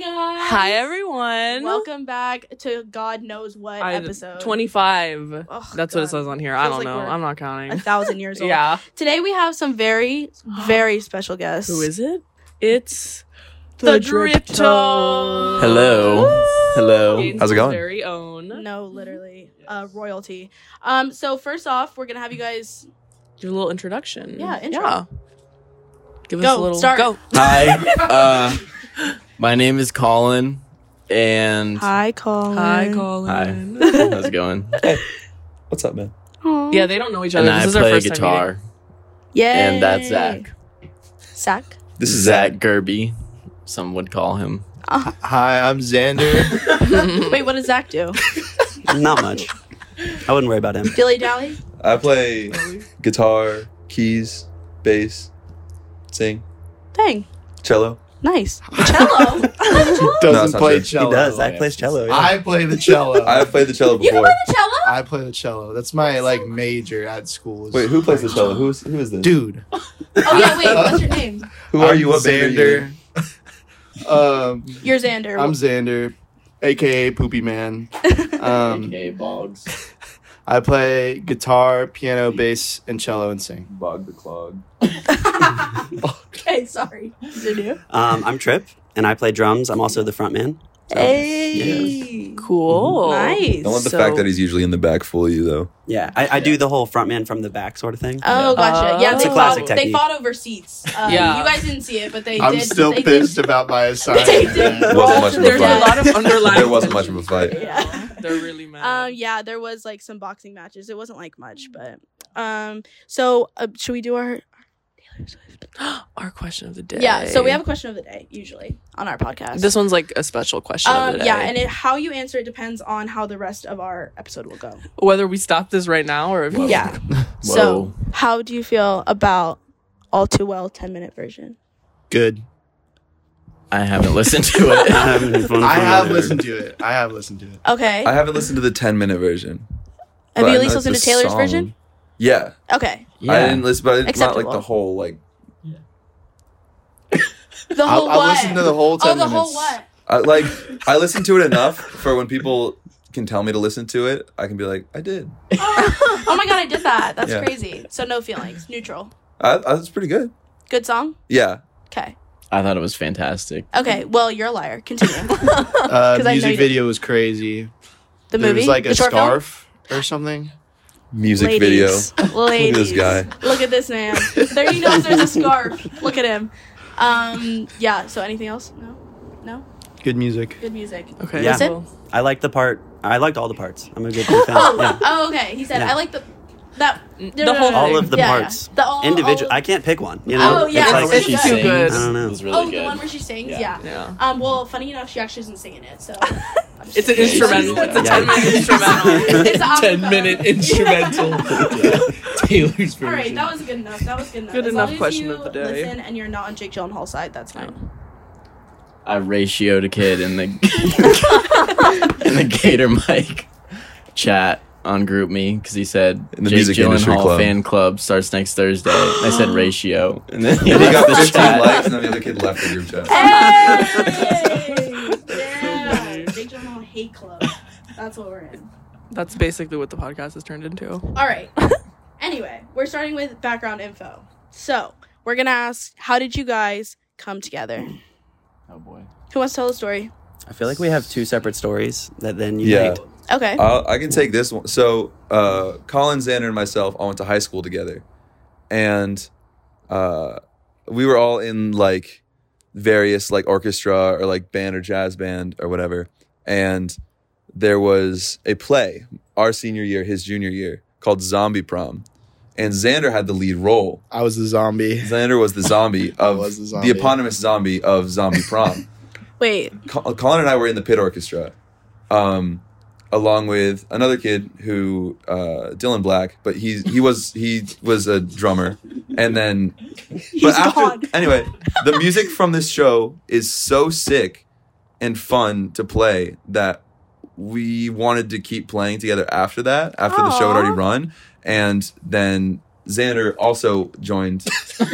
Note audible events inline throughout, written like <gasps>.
Hi everyone. Welcome back to God knows what I- episode. Oh, 25. That's what it God. says on here. I Feels don't like know. we're I'm not A counting. thousand <laughs> years old. Yeah. Today we have some <gasps> very, very special guests. Who is it? It's The the Drip Dripto. Tones. Hello. Hello. Gainesville's How's it going? Very own. No, literally, uh, royalty. Um, so first off, we're gonna have you guys. Give a little introduction. Yeah, intro. Yeah. Give us Go, a little start. go. Hi. Uh, my name is Colin, and Hi, Colin. Hi, Colin. how's it going? What's up, man? Aw. <laughs> yeah, they don't know each other. and this I is our play first time meeting. guitar, Yay. and that's Zach. <laughs> Zach. This is Zach Gerby. Some would call him. Hi, I'm <laughs> Xander. Wait, what does Zach <laughs> do? Not much. I wouldn't worry about him. Dilly dally. I play guitar, keys, bass, sing, Dang. cello. <laughs> Nice. Cello. <laughs> you No, it's Doesn't not play true. cello. He does. Zach plays cello. yeah. I play the cello. <laughs> I have played the cello can before. play the cello. Oh, I play the cello. That's my like major at school. is- Wait, who plays the cello? Who's who is this? Dude, Oh yeah. Wait. What's your name? who are I'm you? What band are you Xander. in? <laughs> um, You're Xander. I'm Xander, aka <laughs> Poopy Man. Um, AKA Boggs. I play guitar, piano, bass, and cello and sing. Bog the Clog. <laughs> okay. Sorry. Xander. Um, I'm Trip, and I play drums. I'm also the front man. Hey. Cool. Nice. Don't let the So- fact that he's usually in the back fool you though. Yeah, I, I do the whole front man from the back sort <laughs> of thing. Oh, gotcha. yeah, It's they a fought. classic They technique. fought over seats. Um, Yeah. you guys didn't see it, but they I'm did. still they pissed <laughs> Did, about my they did. <laughs> assignment. Wasn't brawl much to of their a There's a <laughs> fight. lot of death. underlying. There wasn't much of a fight. Yeah. They're really mad. Um, yeah, there was like some boxing matches. It wasn't like much, but um, so uh, should we do our? our question of the day. Yeah. So we have a question of the day usually on our podcast. This one's like a special question of Um, the day. yeah, and it, how you answer it depends on how the rest of our episode will go. whether we stop this right now or if <laughs> Yeah. So, how do you feel about all too well ten minute version? Good. I haven't listened <laughs> to it. I haven't been I from have <laughs> there. listened to it. I have listened to it. Okay. I haven't listened to the 10 minute version. Have you but I at least know listened the to Taylor's song. version? Yeah. Okay. I didn't listen, but it's not like Acceptable. the whole like The I, whole I what? listened to the whole oh, ten the whole minutes. what? I like I listen to it enough for when people can tell me to listen to it, I can be like, I did. oh oh my god, I did that. That's <laughs> Yeah. crazy. So no feelings, neutral. I, I was pretty good. Good song. Yeah. Okay. I thought it was fantastic. Okay. Well, you're a liar. Continue. <laughs> Uh, 'Cause I know you music did. video was crazy. The there movie. was like the a short film? scarf or something. Music <laughs> Ladies. Ladies. Look at this Look at this man. There he knows there's a scarf. Look at him. Um. Yeah. So anything else? No. No. Good music. Good music. okay Yeah. well, I like the part. I liked all the parts. I'm a good fan. Oh. Yeah. <laughs> Oh. Okay. He said Yeah. I like the that The no, no, no, whole no, thing. All no. of the Yeah, yeah. parts. The all Individual. all- I can't pick one. You know. Oh, yeah. It's That's like, what she she said. sings I don't know. is Oh, really the <laughs> one where good. she sings. Yeah. Yeah. yeah Um. Well, funny enough, she actually isn't singing it. So it's an <laughs> Yeah. instrumental it's a Yeah. 10 minute it's an instrumental acapella. <laughs> Taylor's version. All right, that was good enough. That was good enough. Good As enough long as question you of the day. Listen, and you're not on Jake Gyllenhaal's side. That's fine. I ratioed a kid in the <laughs> in the Gator mic chat on group me because he said In the Jake music industry Gyllenhaal club. fan club starts next Thursday. And I <gasps> said ratio, and then he guy. He left got the 15 chat. likes and then the other kid left the group chat. Hey! yeah, Jake Gyllenhaal hate club. That's what we're in. that's basically what the podcast has turned <laughs> into All right. Anyway, we're starting with background info. So we're gonna ask, how did you guys come together? Oh boy, Who wants to tell the story? I feel like we have two separate stories that then you Yeah. made. Okay. I'll, I can take this one. So, uh, Colin, Xander, and myself all went to high school together. And uh, we were all in like various like orchestra or like band or jazz band or whatever. And there was a play our senior year, his junior year, called Zombie Prom. And Xander had the lead role. I was the <laughs> zombie. Xander was the zombie <laughs> I of was the the zombie. eponymous zombie of Zombie Prom. Wait. Col- Colin uh, and I were in the pit orchestra, um, along with another kid who uh, Dylan Black, but he he was he was a drummer, and then He's gone. <laughs> anyway, the music from this show is so sick and fun to play that we wanted to keep playing together after that after the show had already Aw. run, and then Xander also joined,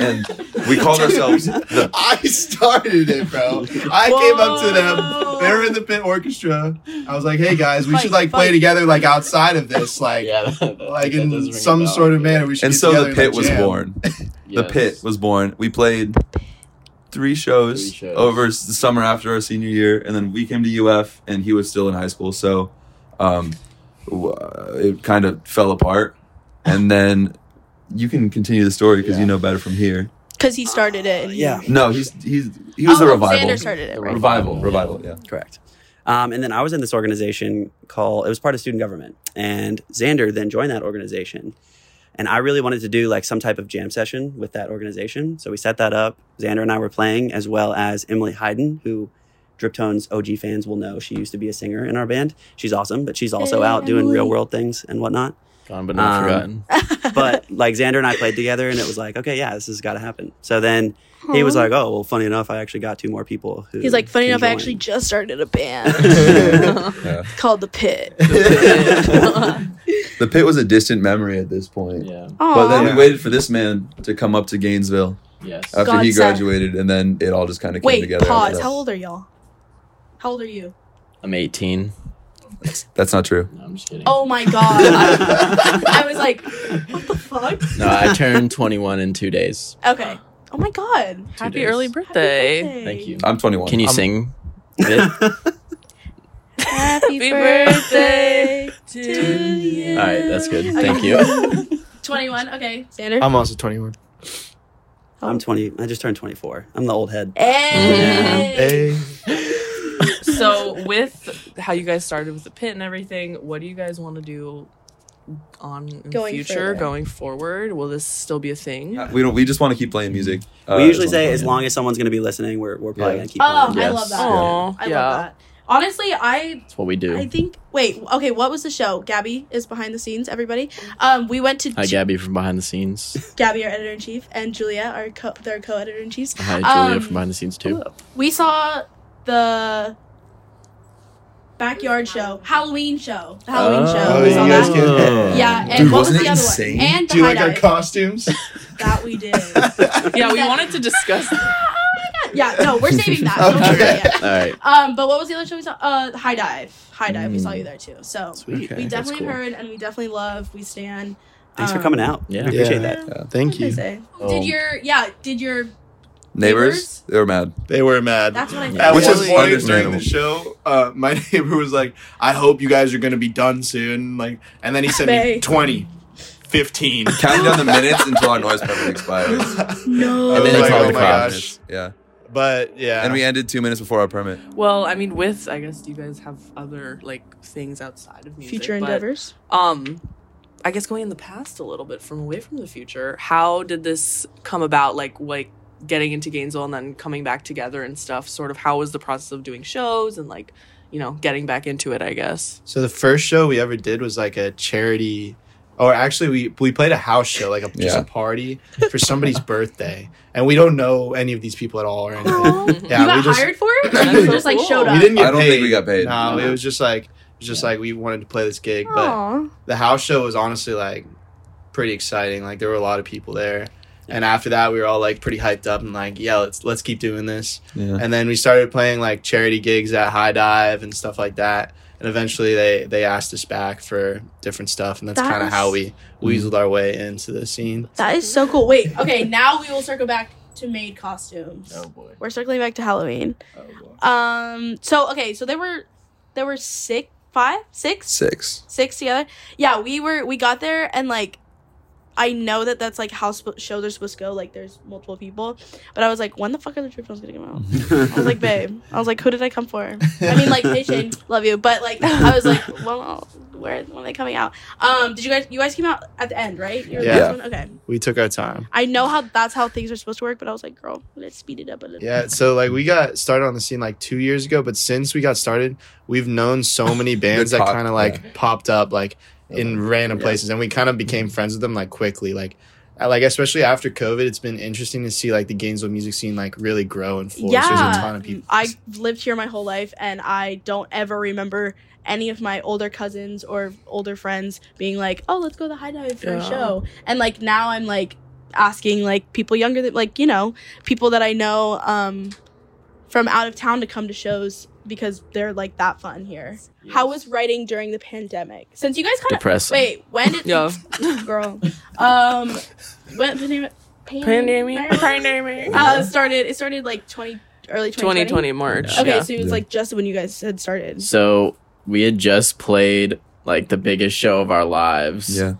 and we called ourselves the I started it, bro. I came up to them they were in the pit orchestra. I was like, hey guys, we Fight, should like fight. play together like outside of this, like yeah, that- that- like that does in ring a some bell. sort of manner. We should. and get so together the pit like, was jam. born. The Yes. pit was born. We played three shows, Three shows. over s- the summer after our senior year, and then we came to UF, and he was still in high school, so um, w- uh, it kind of fell apart. And then you can continue the story because you know better from here. Because he started it. And he- yeah. No, he's he's he was Oh, the revival. Xander started it, right? Revival, revival, yeah. Correct. Um, and then I was in this organization called, it was part of student government. And Xander then joined that organization. And I really wanted to do like some type of jam session with that organization. So we set that up. Xander and I were playing, as well as Emily Hayden, who Driptone's OG fans will know. She used to be a singer in our band. She's awesome, but she's also Hey, out doing Emily. real world things and whatnot. Gone but not forgotten. Um, <laughs> But like Xander and I played together, and it was like, okay, yeah, this has got to happen. So then he was like, oh, well, funny enough, I actually got two more people. Who He's like, funny can enough, I join." <laughs> actually just started a band. <laughs> <laughs> it's <laughs> called The Pit. The pit was a distant memory at this point. Yeah. But then Aw. we waited for this man to come up to Gainesville Yes. after he God sent- graduated, and then it all just kind of came Wait, together. after pause. that. How old are y'all? How old are you? I'm 18. That's not true. No, I'm just kidding. Oh my god. I, I was like, <laughs> what the fuck? No, I turned 21 in two days. Okay. Oh my god. Happy days. early Happy birthday. Thank you. I'm 21. Can you I'm- <laughs> sing? it? Happy Happy birthday to to you. All right, that's good. Okay. Thank you. <laughs> 21. Okay. Xander. I'm also 21. I'm 20. I just turned 24. I'm the old head. hey. Hey. so with how you guys started with the pit and everything what do you guys want to do on in the Going future further. going forward will this still be a thing We don't. We just want to keep playing music. Uh, we usually as long say we as can. long as someone's going to be listening, we're, we're probably Yeah. going to keep Oh, playing. I Yes. love that. Aw, I yeah love that. Honestly, I That's what I we do. think. Wait. Okay. What was the show? Gabby is behind the scenes. Everybody. Um, we went to Hi, two- Gabby from behind the scenes. Gabby, our editor in chief, and Julia, our co their co editor in chiefs. <laughs> Hi, Julia Um, from behind the scenes too. We saw the backyard show, Halloween show, the Halloween show. Oh, We you saw guys that. <laughs> can- yeah, and Dude, what was the wasn't other it insane? one? And the Do you like our hideout. costumes? that we did. <laughs> yeah we wanted to discuss yeah, no, we're saving <laughs> that. Don't worry Okay. yet. <laughs> All right. Um, but what was the other show we saw? Uh, High Dive. High Dive. We saw Mm. you there too. So Sweet. we That's definitely cool. heard and we definitely love. We stand. Um, Thanks for coming out. Yeah. I appreciate Yeah. that. Thank you. Did Um, your yeah? Did your neighbors, they were mad. They were mad. that's what I At thought. Which one is point during understandable. the show, uh, my <laughs> neighbor was like, I hope you guys are going to be done soon. Like, And then he sent Bae. me 20, <laughs> 15. Counting down the minutes until our noise permit expires. no. And I then was he like, called oh the my cops. gosh. Yeah. But yeah. And we ended two minutes before our permit. well i mean with i guess you guys have other like things outside of music Future but, endeavors. um i guess going in the past a little bit from away from the future how did this come about like like getting into gainesville and then coming back together and stuff sort of how was the process of doing shows and like you know getting back into it i guess So the first show we ever did was like a charity, or actually we we played a house show, like a, just Yeah. a party for somebody's <laughs> birthday, and we don't know any of these people at all or anything. <laughs> <laughs> Yeah, you got we just- hired for it? That's Or you so just like cool. showed up. we didn't get I don't paid. think we got paid. No, it was just like it was just like we wanted to play this gig, but Aw. the house show was honestly like pretty exciting. Like there were a lot of people there. And after that, we were all like pretty hyped up and like, yeah, let's let's keep doing this. Yeah. And then we started playing like charity gigs at High Dive and stuff like that. And eventually they they asked us back for different stuff, and that's That kind of how is- we weaseled our way into the scene. that is so cool. Wait, okay, now we will circle back to maid costumes. Oh, boy. We're circling back to Halloween. Uh, Oh boy. Um, so okay, so there were there were six, five, six, Six. six together. Yeah, we were we got there and like I know that that's like how sp- shows are supposed to go. Like there's multiple people, but I was like, when the fuck are the trip films gonna come out? I was like, babe. I was like, who did I come for? I mean, like, hey Shane, love you, but like, I was like, <laughs> well, where when are they coming out? Um, did you guys? You guys came out at the end, right? You were the Yeah. last one? Okay. We took our time. I know how that's how things are supposed to work, but I was like, girl, let's speed it up a little. Yeah, so like we got started on the scene like two years ago, but since we got started, we've known <laughs> so many bands that talk, kind of like popped up like in random Yeah. places, and we kind of became friends with them like quickly. Like, uh, like especially after COVID, it's been interesting to see like the Gainesville music scene like really grow and flourish. There's a Yeah. ton of people. I lived here my whole life, and I don't ever remember any of my older cousins or older friends being like, "Oh, let's go to the high dive for Yeah. a show." And like now, I'm like asking like people younger than like you know people that I know um, from out of town to come to shows because they're like that fun here. How was writing during the pandemic? Since you guys kind of Depressing. wait, when did Yeah. <laughs> girl? Um, when pandemic <laughs> Pandemic. uh, started? It started like twenty early twenty 2020 March. Okay, yeah. so it was Yeah. like just when you guys had started. So we had just played like the biggest show of our lives. Yeah.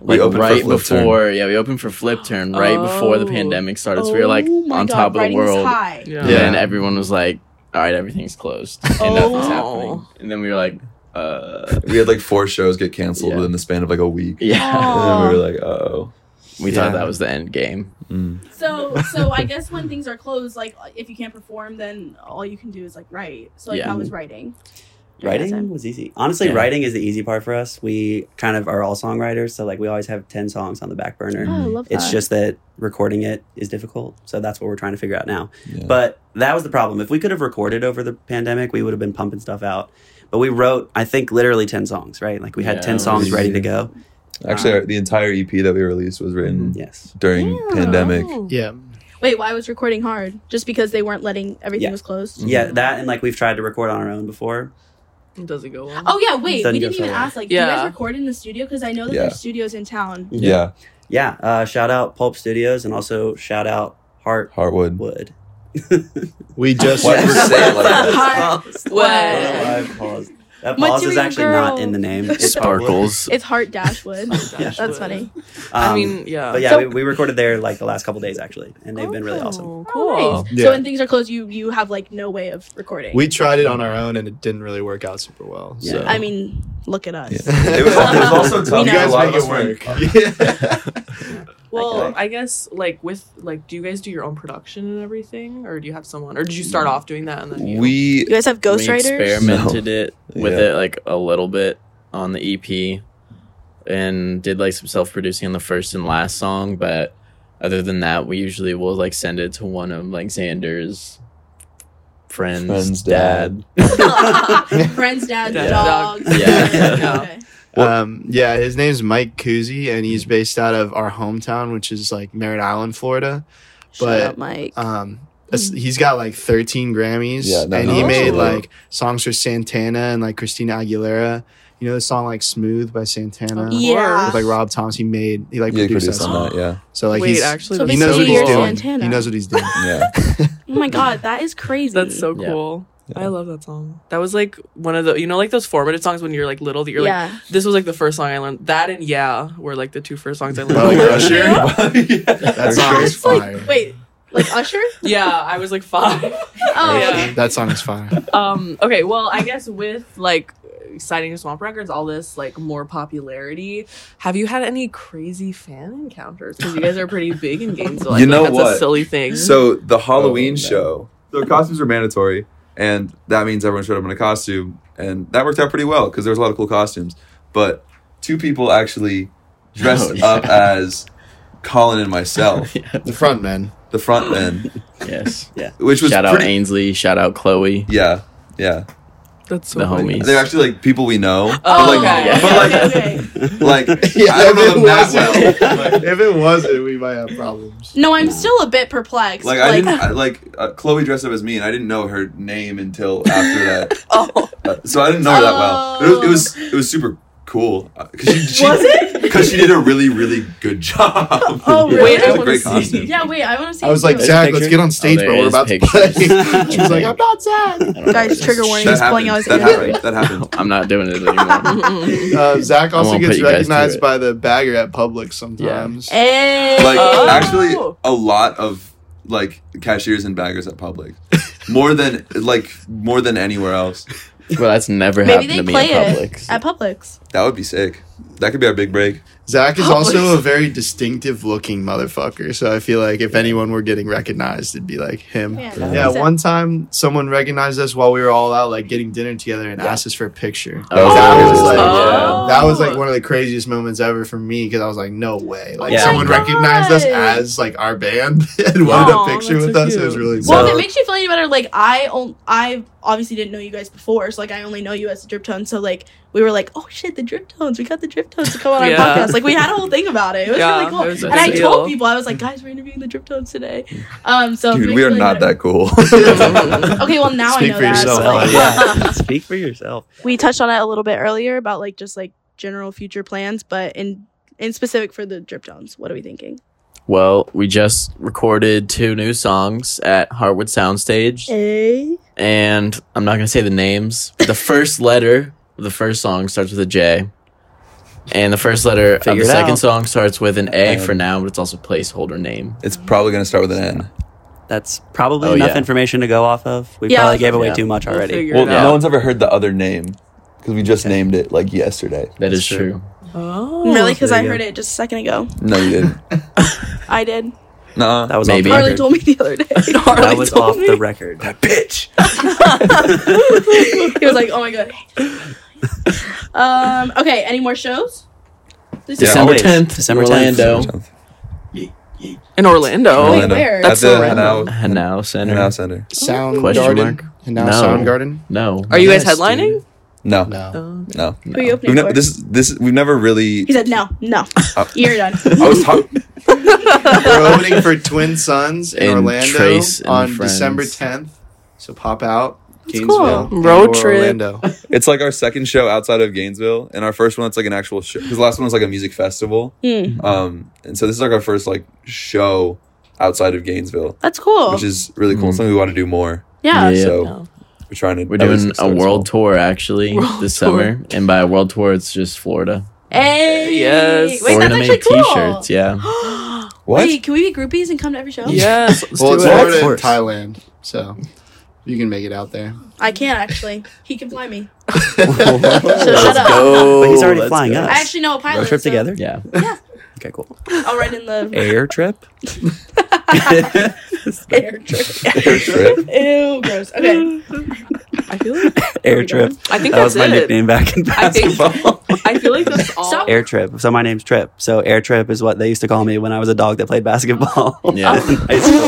Like We opened for right Flip Turn. before, yeah, we opened for Flip Turn right before the Oh. pandemic started. so we were like Oh my on God, top of the writing was world. high. Yeah. And Yeah. then everyone was like, all right, everything's closed. <laughs> And Oh. nothing's happening. And then we were like, uh, <laughs> We had like four shows get canceled Yeah. within the span of like a week. yeah. And Aw. then we were like, oh. We Yeah. thought that was the end game. Mm. So, so I guess when things are closed, like if you can't perform, then all you can do is like write. So like Yeah. I was writing. Writing was easy. Honestly, Yeah. writing is the easy part for us. We kind of are all songwriters, so like we always have 10 songs on the back burner. Oh, I love Mm, It's that. just that recording it is difficult. So that's what we're trying to figure out now. Yeah. But that was the problem. If we could have recorded over the pandemic, we would have been pumping stuff out. But we wrote, I think, literally 10 songs, right? Like we had Yeah, 10 it songs was ready easy. to go. Actually, our, the entire EP that we released was written Yes. during pandemic. Yeah. Wait, why was recording hard? Just because they weren't letting everything Yeah. Mm. was closed. Mhm. Yeah, that and like we've tried to record on our own before. It doesn't go well. <laughs> Oh yeah, wait, Doesn't we go didn't so even well. ask. Like, do you Yeah. guys record in the studio? Because I know that Yeah. there's studios in town. Mhm. Yeah. Yeah. Uh, shout out Pulp Studios and also shout out Heartwood. Hartwood. We just Why would you say it like that? <laughs> What? That pause. That pause is Material actually not girl. in the name. It's Sparkles. It's Heart Dashwood. Yeah. That's funny. Heartwood. I Um, mean, yeah. but yeah, So- we, we recorded there like the last couple days actually, and they've been really awesome. Oh, Cool. Oh, nice. Yeah. So when things are closed, you you have like no way of recording. we tried it on our own and it didn't really work out super well. Yeah. So. I mean, look at us. It was, it was also <laughs> tough. you know. A lot guys of make us it were in- work. <laughs> Yeah. Well, Okay. I guess like with like, do you guys do your own production and everything, or do you have someone, or did you start off doing that and then you? We You guys have we ghostwriters. <laughs> experimented it with Yeah. it like a little bit on the EP and did like some self producing on the first and last song, but other than that, we usually will like send it to one of like Xander's friends, Friend's dad. <laughs> Friends, dads, Yeah. dogs. <laughs> Yeah. Yeah. Okay. um, yeah, his name's Mike Kuzi, and he's based out of our hometown, which is like Merritt Island, Florida. Shut But, up, Mike. Um, that's- he's got like 13 Grammys, Yeah, no, and no, he that's made cool. like songs for Santana and like Christina Aguilera. You know the song like "Smooth" by Santana, Oh, yeah. with like Rob Thomas. He made he like yeah, produced that produced song. on that. <laughs> Yeah. So like Wait, he's actually, So that's he knows so basically what he's you're cool. doing. Santana. He knows what he's <laughs> doing. Yeah. Oh my god, that is crazy. That's so Yeah. cool. Yeah. I love that song. That was like one of the you know like those formative songs when you're like little that you're yeah. like this was like the first song I learned. That and yeah were like the two first songs I learned. Oh, Like, Usher? <laughs> That song is That's fire. like wait, like Usher? <laughs> yeah, I was like five. Oh, Yeah. That song is fire. um okay well i guess with like signing to swamp records all this like more popularity have you had any crazy fan encounters because you guys are pretty big in gainesville I You feel know like that's what? a silly thing So the Halloween Oh, no. show. So costumes were mandatory, and that means everyone showed up in a costume, and that worked out pretty well because there was a lot of cool costumes. But two people actually dressed Oh, yeah. up as Colin and myself, The front men. the front men, <laughs> Yes. which was shout out pretty. Ainsley, shout out <laughs> Chloe. yeah, yeah. that's so the funny. homies. They're actually like people we know, Oh, but like, okay. but okay, like, okay. <laughs> like I don't know them that well. <laughs> Like, if it wasn't, we might have problems. No, I'm still a bit perplexed. Like, Like, I didn't I, like uh, Chloe dressed up as me, and I didn't know her name until after that. oh Uh, so I didn't know her that well. But it, was, it was it was super cool because she, <laughs> she was <laughs> it? because she did a really really <laughs> good job. Oh, It really? was a Wait, I wanna great see. costume. Yeah, wait, I want to see. I was it like, too. Zach, picture? let's get on stage, Oh, bro. there We're is about pictures. to play. <laughs> <laughs> She's like, I'm not Zach. guys, trigger warning. That He's pulling out happened. his That hair. happened. That happened. <laughs> I'm not doing it <laughs> anymore. Mm-mm. Uh, Zach I also won't gets put you guys through recognized it. by the bagger at Publix sometimes. Hey. Like Oh. actually, a lot of like cashiers and baggers at public, more than like more than anywhere else. well, that's never Maybe happened to they me in play public. it at Publix. That would be sick. That could be our big break. Zach is also a very distinctive looking motherfucker. So I feel like if anyone were getting recognized, it'd be like him. Yeah. Yeah, Zach- one time someone recognized us while we were all out like getting dinner together and asked us for a picture. Oh. That was like Oh. that was like one of the craziest moments ever for me because I was like, no way. Like Yeah. someone Oh my recognized us God. as like our band <laughs> and wanted Aw, a picture that's with so us. It was cute. really Well, cool. if it makes you feel any better, like I, on- I obviously didn't know you guys before, so like I only know you as a drip tone. So like we were like, oh shit, the drift tones. We got the drift tones to come on our Yeah. podcast. Like we had a whole thing about it. It was Yeah, really cool. it was a and I big told deal. people I was like, guys, we're interviewing the drift tones today. Um, so Dude, make we sure are you not let that cool. <laughs> <laughs> it- Okay, well now Speak I know for that. yourself, so- Ellen. <laughs> yeah. Speak for yourself. we touched on it a little bit earlier about like just like general future plans, but in in specific for the drip tones, what are we thinking? Well, we just recorded two new songs at Hartwood Soundstage. A and I'm not gonna say the names. but The <laughs> first letter of the first song starts with a J, and the first letter of Figure the it second out. song starts with an A Um, for now, but it's also placeholder name. it's probably going to start with an N. That's probably Oh, enough yeah. information to go off of. We Yeah, probably let's- gave away yeah. too much We'll already. figure Well, it out. no one's ever heard the other name because we just named it like yesterday. That is That's true. true. Oh. really? Because there I you go. heard it just a second ago. No, you didn't. I did. Nuh-uh. That was Maybe. off the Harley record. told me the <laughs> other day. That Harley was told off me. the record. that bitch. <laughs> he was like, "Oh my god." um. Okay. Any more shows? This Yeah. is December always. 10th, December Orlando. in Orlando. Wait, Orlando. where? At Oh, That's the Orlando. Hanau, <laughs> Hanau Center. Hanau Center. Sound Question Garden. mark? And now No. Sound Garden. <laughs> No. Are you guys Yes, headlining? dude. No, No. Oh. no. Who are you opening We've never, for? this, this, we've never really. he said, "No, no, Oh. you're done." <laughs> I was talking. We're opening for Twin Sons in And Orlando Trace and on Friends. December 10th. So pop out. cool. Gainesville. and Road or trip. Orlando. It's like our second show outside of Gainesville, and our first one that's like an actual show. Because last one was like a music festival, Hmm, um, and so this is like our first like show outside of Gainesville, that's cool. which is really cool. Mhm. Something we want to do more. yeah. Yeah. So No. <laughs> we're trying to. We're at least doing a start world small. tour actually World this tour. summer, and by world tour, it's just Florida. Hey. Wait, Yes. We're that's gonna actually make cool. T-shirts. Yeah. What? Wait, can we be groupies and come to every show? Yes. let's Well, do it's it. Florida and course. Thailand, so you can make it out <laughs> there. I can't actually. He can fly me. Let's So shut up. But he's already let's flying go. us. I actually know a pilot. Road trip so together. Yeah. Okay, cool. I'll ride in the <laughs> <laughs> Air trip. air trip. Air <laughs> trip. Ew, gross. Okay. I feel like Air trip. I think That that's was my it. nickname back in <laughs> I think- basketball. I feel like that's all. <laughs> Stop. Air Trip. So my name's Trip. So Air Trip is what they used to call me when I was a dog that played basketball. <laughs> Yeah. in <laughs> high school.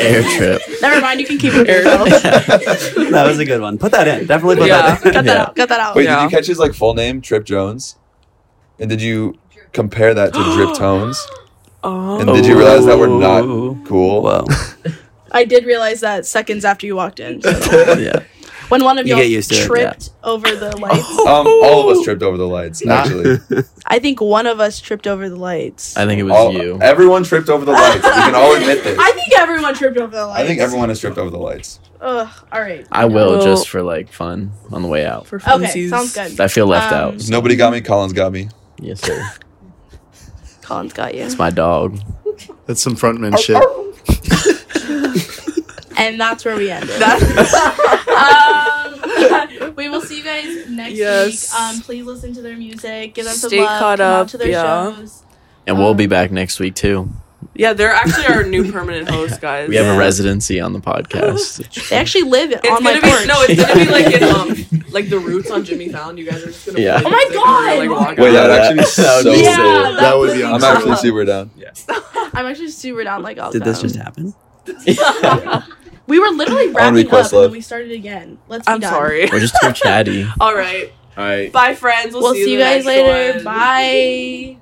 Air trip. Never mind. You can keep it <laughs> to yourself. that was a good one. Put that in. Definitely put Yeah. that in. <laughs> Cut that Yeah. out. Cut that out. Wait, Yeah. did you catch his like full name, Trip Jones? And did you compare that to <gasps> Drip Tones? Oh. And did you realize that we're not Ooh. cool? Whoa. I did realize that seconds after you walked in. So. Yeah. When one of You you get all used to it, tripped over <laughs> the lights. Um, all of us tripped over the lights. <laughs> Nah. Actually, I think one of us tripped over the lights. I think it was all, you. everyone tripped over the lights. We can all admit this. I think everyone tripped over the lights. I think everyone has tripped over the lights. Ugh. All right. I will Well- just for like fun on the way out. For funsies. Okay. Sounds good. I feel left Um, out. Nobody got me. Collins got me. Yes, sir. Colin's got you. It's my dog. That's some frontman Oh, shit. And that's where we end <laughs> it. <laughs> um, we will see you guys next Yes. week. Um, please listen to their music. Give them some Stay love. caught come out up, to their yeah. shows. And we'll Um, be back next week too. Yeah, they're actually our new permanent host, guys. We have Yeah. a residency on the podcast. <laughs> They actually live It's on my gonna be porch. no, it's gonna be like in um like the roots on Jimmy Fallon. You guys are just gonna Yeah. play Oh my music and we're, God! like, walk Wait, out. that actually <laughs> that would be so sick. cool. yeah, That would be awesome. I'm awesome. actually super down. I'm actually super down. Like, all Did this just happen? We were literally On wrapping up, request, and then love. we started again. Let's. Be I'm done. sorry. <laughs> We're just too chatty. All right, All right. bye, friends. We'll, We'll see you in the guys next later. one. Bye.